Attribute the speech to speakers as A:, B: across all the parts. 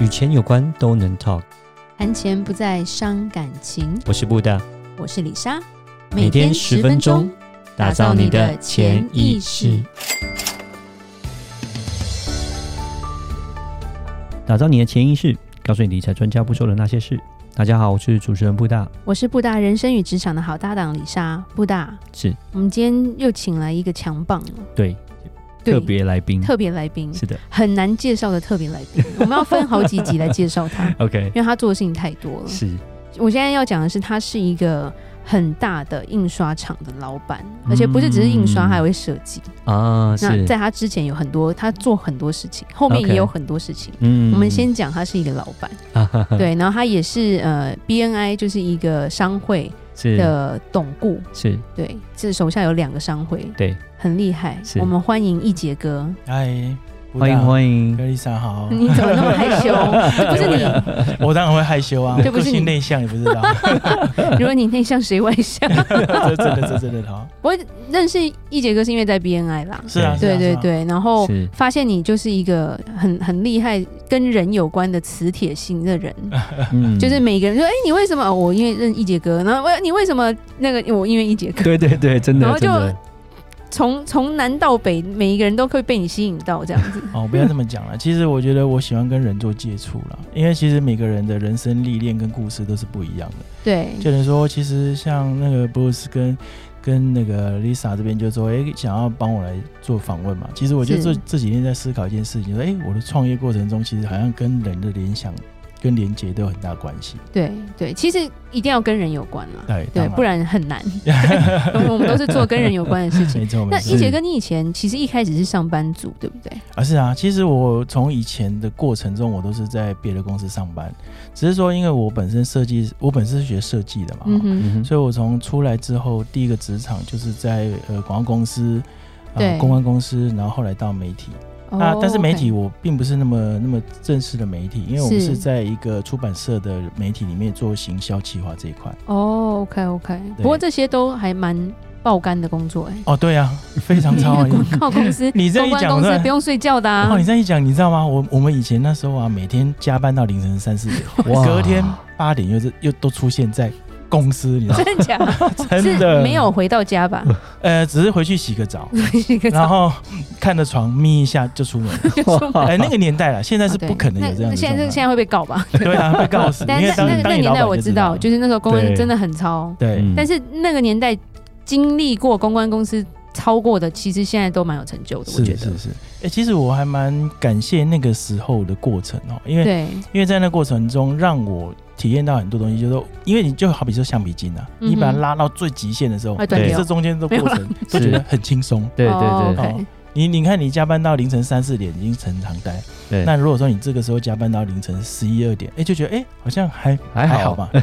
A: 与钱有关都能 talk。
B: 谈钱不再伤感情。
A: 我是布大，
B: 我是李莎，
A: 每天十分钟，打造你的潜意识，打造你的潜意识，告诉你理财专家不说的那些事。大家好，我是主持人布大，
B: 我是布大人生与职场的好搭档李莎。布大，
A: 是
B: 我们今天又请来一个强棒了，
A: 对
B: 对
A: 特别来宾，
B: 特别来宾，
A: 是的
B: 很难介绍的特别来 宾，我们要分好几集来介绍他，
A: ，OK，
B: 因为他做的事情太多了。
A: 是
B: 我现在要讲的是，他是一个很大的印刷厂的老板，而且不是只是印刷，
A: 嗯
B: 还会设计。
A: 啊，
B: 那
A: 嗯是，
B: 在他之前有很多，他做很多事情，后面
A: OK
B: 也有很多事情。
A: 嗯
B: 我们先讲他是一个老板，
A: 啊 哈哈
B: 对，然后他也是呃 BNI 就是一个商会
A: 是
B: 的董顾，
A: 是，
B: 对，这手下有两个商会，
A: 对，
B: 很厉害
A: 是。
B: 我们欢迎一杰哥，
C: 嗨，
A: 欢迎欢迎，
C: 格丽 莎好。
B: 你怎么那么害羞？这不是你，
C: 我当然会害羞啊，
B: 这
C: 我
B: 不
C: 个
B: 是你
C: 性内向，你不 知道，
B: 如果你内向谁外向？
C: 这真的，这真的好。
B: 我认识一杰哥是因为在 BNI 啦，
C: 是啊，是啊
B: 对对，
C: 是啊
B: 对，然后
A: 是
B: 发现你就是一个很很厉害跟人有关的磁铁型的人，
A: 嗯
B: 就是每个人说，哎、你为什么？哦我因为认一杰哥，然后我你为什么那个？我因为一杰哥，
A: 对对对，真
B: 然
A: 的
B: 后
A: 真
B: 就
A: 的，
B: 从从南到北，每一个人都会被你吸引到这样子。
C: 哦，不要这么讲了。其实我觉得我喜欢跟人做接触啦，因为其实每个人的人生历练跟故事都是不一样的。
B: 对，
C: 就能说，其实像那个 Bruce 跟跟那个 Lisa 这边就说，哎，想要帮我来做访问嘛。其实我就是这这几天在思考一件事情，说，哎，我的创业过程中，其实好像跟人的联想跟连接都有很大关系。
B: 对对，其实一定要跟人有关啦，
C: 哎，当
B: 对，不然很 难。对我们都是做跟人有关的事情。
C: 没错，没
B: 那
C: 错。
B: 一杰哥，你以前其实一开始是上班族，对不对？
C: 啊，是啊，其实我从以前的过程中，我都是在别的公司上班，只是说因为我本身设计，我本身是学设计的嘛，
B: 嗯哼，
A: 嗯哼
C: 所以我从出来之后，第一个职场就是在呃广告公司。
B: 对
C: 啊，公关公司，然后后来到媒体、啊
B: 哦，
C: 但是媒
B: OK
C: 体我并不是那么那么正式的媒体，因为我们
B: 是
C: 是在一个出版社的媒体里面做行销企划这一块。
B: 哦，OK OK，
C: 对
B: 不过这些都还蛮爆肝的工作哎、
C: 哦，对 啊，非常超 啊！、
B: 广告公司
C: 你这
B: 公
C: 一
B: 关
C: 讲
B: 公司
C: 对
B: 不用睡觉的
C: 哦，
B: 啊
C: 你。这样一讲，你知道吗？我我们以前那时候啊，每天加班到凌晨三 四点，
A: 哇
C: 隔天八点又是又都出现在公司，你知道 吗？
B: 真的假的？
C: 真
B: 是
C: 的
B: 没有回到家吧？
C: 呃，只是回去洗 个澡，
B: 一个
C: 然后看着床眯一下就出门。
A: 哇
C: 哎，那个年代了，现在是
B: 哦对
C: 不可能有
B: 那
C: 这样
B: 那
C: 的状态。
B: 现在现在会被告吧？
C: 对 啊，会告死。
B: 但
C: 因
B: 是
C: 为当
B: 那那
C: 当
B: 那
C: 你
B: 年
C: 老
B: 代
C: 板
B: 我
C: 就
B: 知
C: 知
B: 道，就是那时候公关
A: 对
B: 真的很超，
C: 对，
A: 嗯
B: 但是那个年代经历过公关公司超过的，其实现在都蛮有成就的，我觉
C: 是
B: 得
C: 是。是。哎，其实我还蛮感谢那个时候的过程哦，因为
B: 对，
C: 因为在那过程中让我体验到很多东西，就是说，因为你就好比说橡皮筋啊，
B: 嗯哼
C: 你把它拉到最极限的时候，
B: 会断
C: 哦对，
B: 掉
C: 这中间的
B: 没
C: 过
B: 有
C: 程都觉得很轻松。
A: 对对
B: 哦
A: 对
B: OK
C: 你你看，你加班到凌晨三四点已经成常态。
A: 对，
C: 那如果说你这个时候加班到凌晨十一二点，哎、就觉得哎、好像还
A: 还好
C: 吧？ 对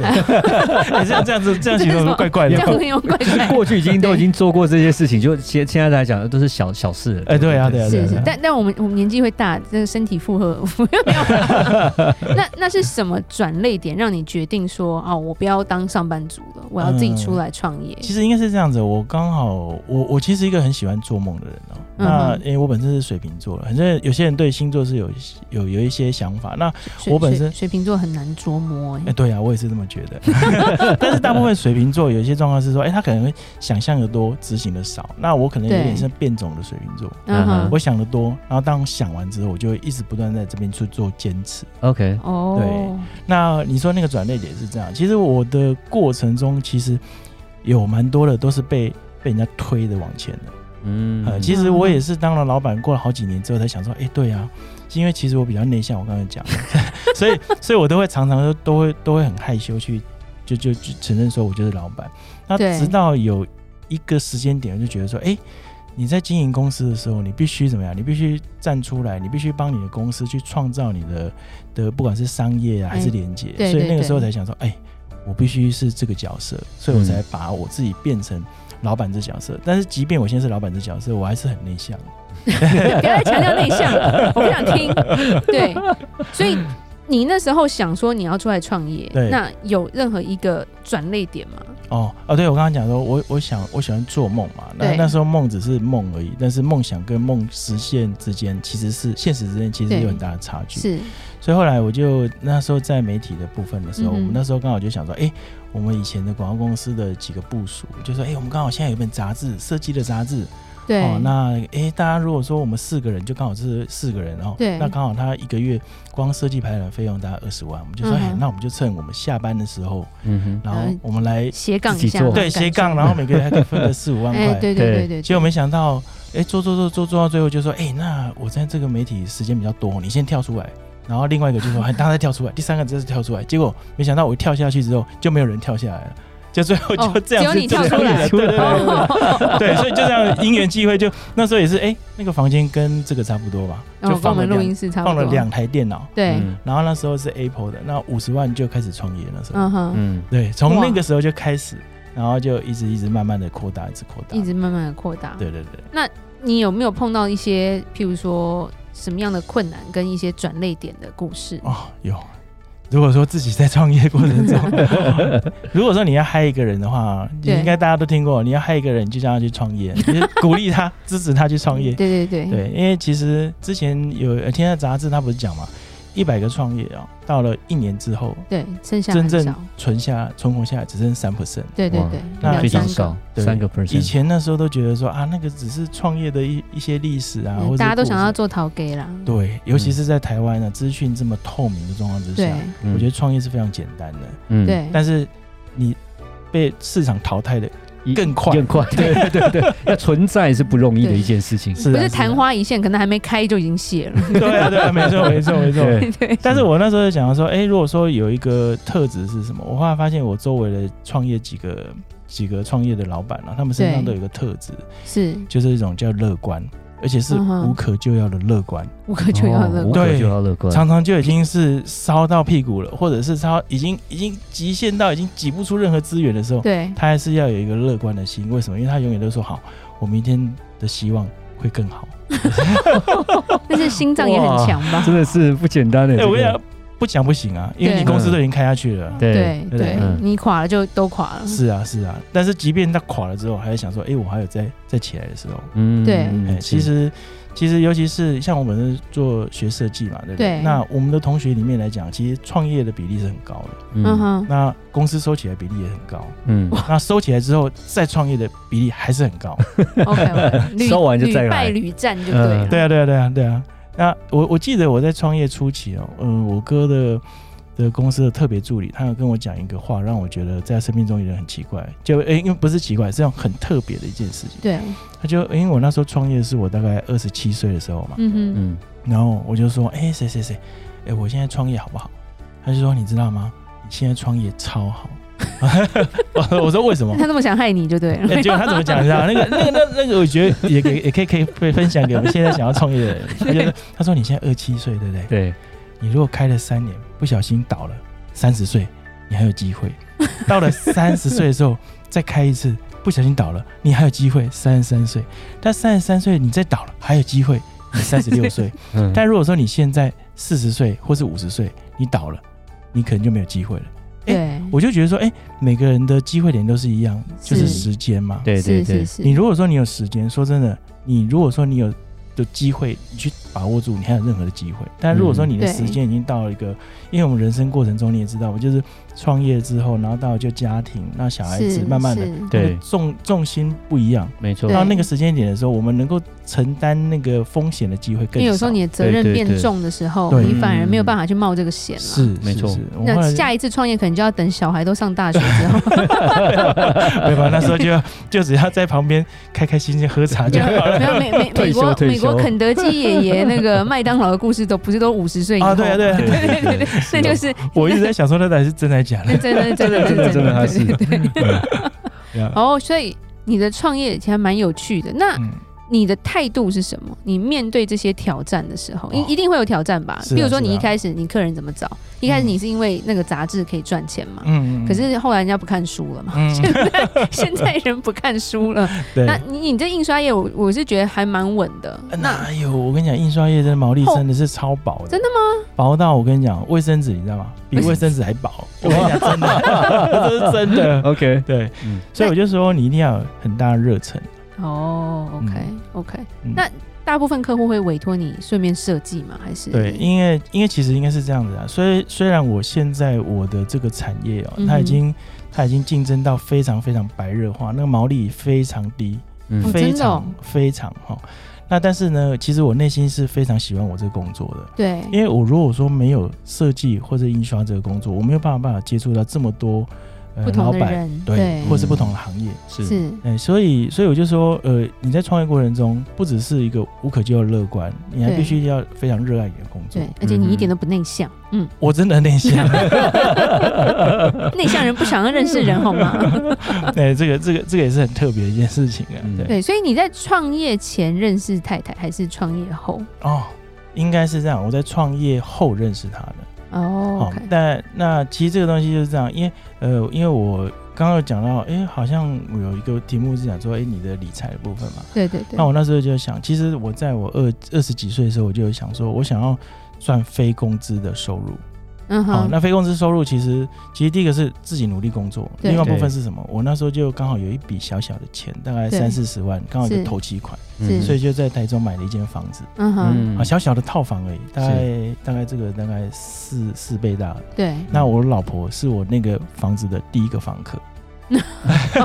C: 哎这样这样子这样形容是怪怪
B: 这
C: 的
B: 样。很有怪
A: 就是
B: 怪。
A: 过去已经都已经做过这些事情，就现现在来讲都是小小事了。
C: 哎对啊对啊
B: 是
C: 对
B: 是
C: 啊，
B: 但但我们我们年纪会大，这个身体负荷 没有啦。那那是什么转类点让你决定说啊、我不要当上班族了，我要自己出来创业？
C: 嗯其实应该是这样子，我刚好我我其实一个很喜欢做梦的人哦、
B: 嗯
C: 那
B: 哼
C: 因为我本身是水瓶座，反正有些人对星座是有有有一些想法。那
B: 水
C: 我本
B: 水
C: 身
B: 水瓶座很难捉摸、
C: 哎、
B: 欸，
C: 对啊，我也是这么觉得。 但是大部分水瓶座有一些状况是说，哎、他可能会想象的多，执行的少。那我可能有
B: 对
C: 点像变种的水瓶座，
B: 嗯
A: 嗯
B: 哼，
C: 我想的多，然后当想完之后，我就会一直不断在这边去做坚持。
A: OK，
B: 哦，
C: 那你说那个转捩点是这样，其实我的过程中其实有蛮多的都是被被人家推的往前的。
A: 嗯
C: 呃，其实我也是当了老板过了好几年之后才想说，哎、对啊，因为其实我比较内向，我刚才讲了， 所以所以我都会常常都都会都会很害羞去就就就承认说我就是老板。那
B: 对
C: 直到有一个时间点，我就觉得说，哎、你在经营公司的时候，你必须怎么样？你必须站出来，你必须帮你的公司去创造你的的，不管是商业啊还是
B: 哎
C: 连接。
B: 对
C: 所以
B: 对
C: 那个时候
B: 对
C: 才想说，哎、我必须是这个角色，所以我
A: 嗯
C: 才把我自己变成老板这角色。但是即便我现在是老板这角色，我还是很内向。
B: 不要再强调内向 了，我不想听。对，所以你那时候想说你要出来创业
C: 对，
B: 那有任何一个转类点吗？
C: 哦哦，对我刚刚讲说，我我想我喜欢做梦嘛，那
B: 对
C: 那时候梦只是梦而已，但是梦想跟梦实现之间其实是现实之间其实
B: 对
C: 有很大的差距。
B: 是
C: 所以后来我就那时候在媒体的部分的时候，
B: 嗯哼
C: 我们那时候刚好就想说，哎、我们以前的广告公司的几个部署，就说，哎、我们刚好现在有一本杂志，设计的杂志，
B: 对，
C: 哦，那哎、诶大家如果说我们四个人，就刚好是四个人哦，
B: 对
C: 那刚好他一个月光设计排版费用大概二十万，我们就说，
B: 嗯
C: 哎、
B: 哼
C: 那我们就趁我们下班的时候，
A: 嗯
C: 然后
B: 嗯
C: 我们来
B: 斜杠
A: 自
B: 一
A: 己
B: 下
A: 做
B: 那种
C: 对
B: 感
C: 斜杠，
B: 受
C: 然后每个人还可以分个四五万块，
B: 哎，对对
A: 对
B: 对对，
C: 结
B: 对
C: 果没想到，哎、做做做做做到最后就说，哎、那我在这个媒体时间比较多，你先跳出来。然后另外一个就说，哎，大家再跳出来，第三个就是跳出来。结果没想到我一跳下去之后，就没有人跳下来了。就最后
B: 哦
C: 就这样
B: 只
C: 子
B: 有你
C: 就
B: 跳
C: 这样
B: 出来
C: 子对对对对
B: 哦
C: 对，所以就这样因缘际会就，那时候也是，哎、那个房间跟这个差不多吧，
B: 哦
C: 就
B: 跟我
C: 放了
B: 们录
C: 两
B: 音室差不
C: 放
B: 多，
C: 了两嗯台电脑，
B: 对，
A: 嗯
C: 然后那时候是 Apple 的，那五十万就开始创业那时候，
B: 嗯哼，
A: 嗯
C: 对，从
B: 哇
C: 那个时候就开始，然后就一直一直慢慢的扩大，一直扩大，
B: 一直慢慢的扩大。
C: 对对对。
B: 你有没有碰到一些，譬如说什么样的困难跟一些转泪点的故事？
C: 哦，有。如果说自己在创业过 程中，如果说你要害一个人的话，
B: 对
C: 应该大家都听过，你要害一个人，你就让他去创业，你就鼓励他、支持他去创业。
B: 对对
A: 嗯
B: 对，
C: 对，因为其实之前有呃天下杂志，他不是讲嘛，一百个创业啊、到了一年之后，
B: 对，剩下
C: 真
B: 很
C: 正
B: 少。
C: 存下存活下来只剩三 percent。
B: 对对
A: 哇
B: 对，
C: 那
B: 两
A: 非常
B: 三
A: 少
B: 个，
C: 对
A: 三个 percent。
C: 以前那时候都觉得说啊，那个只是创业的一一些历史啊，或
B: 嗯
C: 者
B: 大家都想要
C: 故事
B: 做陶给啦。
C: 对，尤其是在台湾呢、资讯这么透明的状况之下
B: 对，
A: 嗯
C: 我觉得创业是非常简单的。
A: 嗯
B: 对，
C: 但是你被市场淘汰的
A: 一
C: 更快
A: 更快，对对对 对，要存在是不容易的一件事情。
C: 是啊
B: 不是
C: 啊
B: 昙花一现，可能还没开就已经谢了。
C: 对啊，对啊，没错，没错，没错。
A: 对，
B: 对，
C: 但是我那时候就想到说，哎、如果说有一个特质是什么，我后来发现我周围的创业几个几个创业的老板啊，他们身上
B: 对
C: 都有一个特质，
B: 是
C: 就是一种叫乐观，而且是
B: 嗯哼
C: 无可救药的乐观，
B: 无可救药
A: 哦
B: 乐
A: 无
B: 观。
A: 可
C: 对
A: 就要乐观。
C: 常常就已经是烧到屁股了，或者是烧已经已经极限到已经挤不出任何资源的时候，
B: 对，
C: 他还是要有一个乐观的心。为什么？因为他永远都说好，我明天的希望会更好。
B: 但是心脏也很强吧？
A: 真的是不简单的。
C: 对，
A: 这
C: 哎我
A: 个
C: 也不讲不行啊，因为
B: 对
C: 你公司都已经开下去了。
A: 对，
B: 对
C: 对
B: 对
A: 嗯，
B: 你垮了就都垮了。
C: 是啊，是啊。但是即便它垮了之后，还是想说，哎、我还有再再起来的时候。
A: 嗯
B: 对
C: 哎、其实其实尤其是像我们是做学设计嘛，对不对？
B: 对
C: 那我们的同学里面来讲，其实创业的比例是很高的，
B: 嗯
A: 嗯
B: 哼，
C: 那公司收起来比例也很高。
A: 嗯，
C: 那收起来之后再创业的比例还是很 高。
B: OK，屡
A: 收完就再来
B: 屡败屡战就对了。
A: 嗯
C: 对啊，对啊，对啊，对啊。那我我记得我在创业初期哦，嗯，我哥的的公司的特别助理，他有跟我讲一个话，让我觉得在生命中有点很奇怪，就诶、因为不是奇怪，是这种很特别的一件事情。
B: 对，
C: 他就因为我那时候创业是我大概二十七岁的时候嘛，
B: 嗯哼，
A: 嗯
C: 然后我就说，诶、谁谁谁，诶、我现在创业好不好？他就说，你知道吗？你现在创业超好。 我说我说为 什么
B: 那？他那么想害你就对
C: 哎、
B: 了。
C: 结果他怎么讲？你知道那个、那个、那、那个，我觉得也给也可以可以被分享给我们现在想要创业的人。他就是他说你现在二七岁，对不对？
A: 对，
C: 你如果开了三年，不小心倒了，三十岁你还有机会； 到了三十岁的时候再开一次，不小心倒了，你还有机会；三十三岁，但三十三岁你再倒了还有机会，你三十六岁。
A: 嗯
C: 但如果说你现在四十岁或是五十岁，你倒了，你可能就没有机会了。
B: 对，
C: 我就觉得说，哎、每个人的机会点都是一样，就是
B: 是
C: 时间嘛。
A: 对对
B: 是
A: 对
B: 是，是，
C: 你如果说你有时间，说真的，你如果说你有的机会，你去把握住，你还有任何的机会。但如果说你
B: 嗯
C: 的
B: 对
C: 时间已经到了一个，因为我们人生过程中你也知道，我就是创业之后，然后到就家庭，那小孩子
B: 是
C: 慢慢的，
B: 是
A: 对
C: 那个重重心不一样。
A: 没错
B: 对。
C: 到那个时间点的时候，我们能够承担那个风险的机会更
B: 因为
C: 少。
B: 有时候你的责任
A: 对对对
B: 变重的时候，
C: 对
B: 你反而没有办法去冒这个险了。
C: 是
A: 嗯没错
C: 是是我后
B: 那
C: 来
B: 下一次创业可能就要等小孩都上大学之后，
C: 没办法，那
A: 嗯
C: 时候就 就只要在旁边开开心心喝茶就好了。
B: 没有美美
A: 退
B: 美
A: 休
B: 国
A: 退
B: 美
A: 休
B: 国肯德基爷爷那个麦当劳的故事都不是都五十岁以后
C: 啊，对啊，对啊，
A: 对
B: 对对对对，那就是
C: 我一直在想说那到底是真的还是假的
B: 那。真的真的
A: 真的真的他是
B: 对对对。
C: 对啊
B: 哦，所以你的创业其实还蛮有趣的。那
C: 嗯
B: 你的态度是什么？你面对这些挑战的时候，一、
C: 哦
B: 一定会有挑战吧？
C: 是啊
B: 比如说，
C: 是啊
B: 你一开始你客人怎么找？一开始你是因为那个杂志可以赚钱嘛？
C: 嗯，嗯
B: 可是后来人家不看书了嘛？
C: 嗯
B: 现在人不看书了，
C: 对
B: 那你你这印刷业，我我是觉得还蛮稳的。那
C: 哎那有我跟你讲，印刷业的毛利真的是超薄的，
B: 真的
C: 吗？薄到我跟你讲，卫生纸你知道吗？比卫生纸还薄，我跟你讲真 的，这是真的。
A: OK，
C: 对
A: 嗯，
C: 所以我就说你一定要有很大的热忱。
B: 哦，OK OK，、
C: 嗯
B: 那大部分客户会委托你顺便设计吗？还是
C: 对，因为因为其实应该是这样子啊。虽虽然我现在我的这个产业哦，
B: 嗯哼
C: 它已经它已经竞争到非常非常白热化，那个毛利非常低，
A: 嗯
B: 哦
C: 非
B: 真的哦
C: 常非常哈。那但是呢，其实我内心是非常喜欢我这个工作的。
B: 对
C: 因为我如果说没有设计或者印刷这个工作，我没有办法办法接触到这么多呃
B: 不同
C: 老
B: 的
C: 板，
B: 人，
C: 对，
B: 对，
C: 或是不同的行业，
A: 是
B: 是
C: 哎、所以所以我就说，呃，你在创业过程中不只是一个无可救药的乐观，你还
B: 对
C: 必须要非常热爱你的工作
B: 对。，而且你一点都不内向， 嗯，
C: 我真的很内 向，
B: 内向人不想要认识人，好 吗？
C: 对，哎这个这个这个也是很特别的一件事情啊，
A: 嗯
C: 对，
B: 对，所以你在创业前认识太太，还是创业后？
C: 哦。应该是这样，我在创业后认识他的。
B: 哦
C: 哦
B: ，OK，
C: 但那其实这个东西就是这样，因为呃，因为我刚刚有讲到，哎、好像我有一个题目是讲说，哎、你的理财的部分嘛，
B: 对对对
C: 那，我那时候就想，其实我在我二二十几岁的时候，我就有想说，我想要赚非工资的收入。
B: 嗯
C: 好、
B: 哼，
C: 那非工资收入其实其实第一个是自己努力工作，
B: 对
C: 另外部分是什么？我那时候就刚好有一笔小小的钱，大概
B: 对
C: 三四十万，刚好就是投期款，
B: 是
C: 所以就在台中买了一间房子，
B: 嗯哼，
C: 啊，小小的套房而已，大概
A: 是
C: 大概这个大概四四倍大。
B: 对，
C: 那我老婆是我那个房子的第一个房客，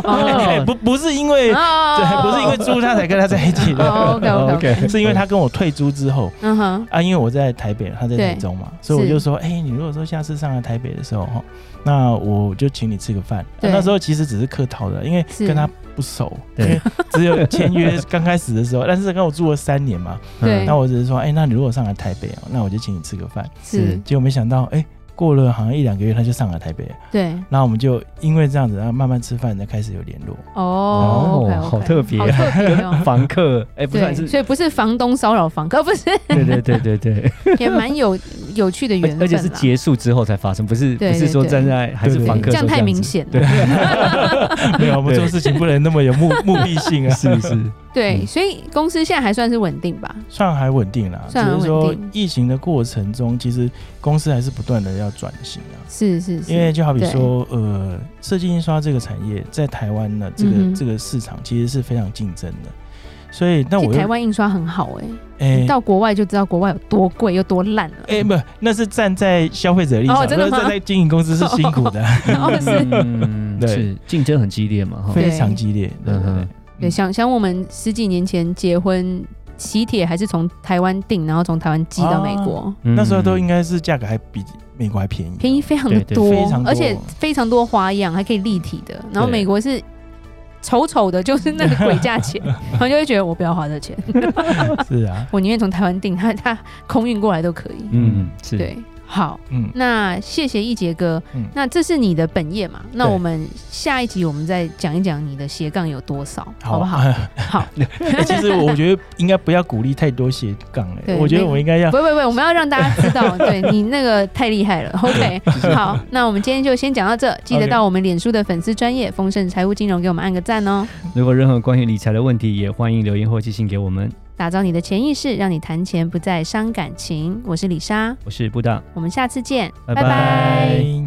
A: 哦
C: 不不是因为、 对，
B: 对
C: 不是因为租她才跟她在
B: 哦
C: 一起的，
B: OK OK，
C: 是因为她跟我退租之后。
B: 嗯哼，
C: 啊，因为我在台北，他在
B: 对
C: 台中嘛，所以我
B: 是
C: 就说，哎、你如果说下次上来台北的时候，哈，那我就请你吃个饭、啊
B: 对
C: 那时候其实只是客套的，因为
B: 是
C: 跟他不熟，
A: 对
C: 因为只有 签约刚开始的时候，但是跟我住了三年嘛，
B: 对
C: 那我只是说，哎、那你如果上来台北哦，那我就请你吃个饭。
B: 是，
C: 结果没想到，哎、过了好像一两个月，他就上来台北了，
B: 对，
C: 那我们就因为这样子，然后慢慢吃饭，才开始有联络。
B: 哦，OK，OK，
A: 好特别。
C: 啊
B: 好特别哦
A: 房客，哎，不算
B: 对，
A: 是，
B: 所以不是房东骚扰房客，不是，
A: 对对对对对，
B: 也蛮有 有趣的缘分
A: 而
B: 啦。
A: 而且是结束之后才发生，不是
B: 对
A: 不是说
B: 对对
A: 站在还是
C: 对对
A: 房客
B: 这样
A: 说
B: 太
A: 子
B: 明，显了
A: 对。
C: 没有，我们做事情不能那么有目目的性啊，
A: 是是，
B: 对，
A: 嗯
B: 所以公司现在还算是稳定吧。
C: 算还稳定啦，只
B: 算还
C: 是
B: 稳
C: 说
B: 定
C: 疫情的过程中，其实公司还是不断的要转型啊。
B: 是是是，
C: 因为就好比
B: 对
C: 说，呃，设计印刷这个产业在台湾呢，这个、
B: 嗯哼
C: 这个市场其实是非常竞争的，所以那
B: 其
C: 我
B: 实
C: 又
B: 台湾印刷很好哎、
A: 嗯
C: 哎
B: 你到国外就知道国外有多贵又多烂了。
C: 哎、不，那是站在消费者立场，
B: 哦真的
C: 那
B: 吗
C: 站在经营公司是辛苦的，
B: 哦是
A: 嗯，
C: 对
A: 是竞争很激烈嘛，哈，
C: 非常激烈。
A: 嗯
C: 对对对
A: 哼，
B: 对，想想我们十几年前结婚，喜帖还是从台湾订，然后从台湾寄
A: 哦
B: 到美国，
C: 那时候都应该是价格还比美国还便宜，
B: 便宜非常的
A: 对对
B: 多，
C: 非常多
B: 而且非常多花样，还可以立体的。然后
C: 对
B: 美国是。丑丑的，就是 那个鬼价钱，然后就会觉得我不要花这钱，
C: 是啊，
B: 我宁愿从台湾订，它它空运过来都可以。
A: 嗯，是，
B: 对，好，
C: 嗯，
B: 那谢谢一杰哥。
C: 嗯
B: 那这是你的本业嘛？那
C: 对
B: 我们下一集我们再讲一讲你的斜杠有多少，好不 好？
C: 哎
B: 好，
C: 其实我觉得应该不要鼓励太多斜杠了、
B: 对
C: 我觉得
B: 没
C: 我应该要
B: 不不不，我们要让大家知 道，对你那个太厉害了。OK，好，那我们今天就先讲到这，记得
C: OK
B: 到我们脸书的粉丝专业丰盛财务金融给我们按个赞哦。
A: 如果任何关于理财的问题，也欢迎留言或寄信给我们。
B: 打造你的潜意识，让你谈钱不再伤感情。我是李莎，
A: 我是布大，
B: 我们下次见，
A: 拜拜
C: 拜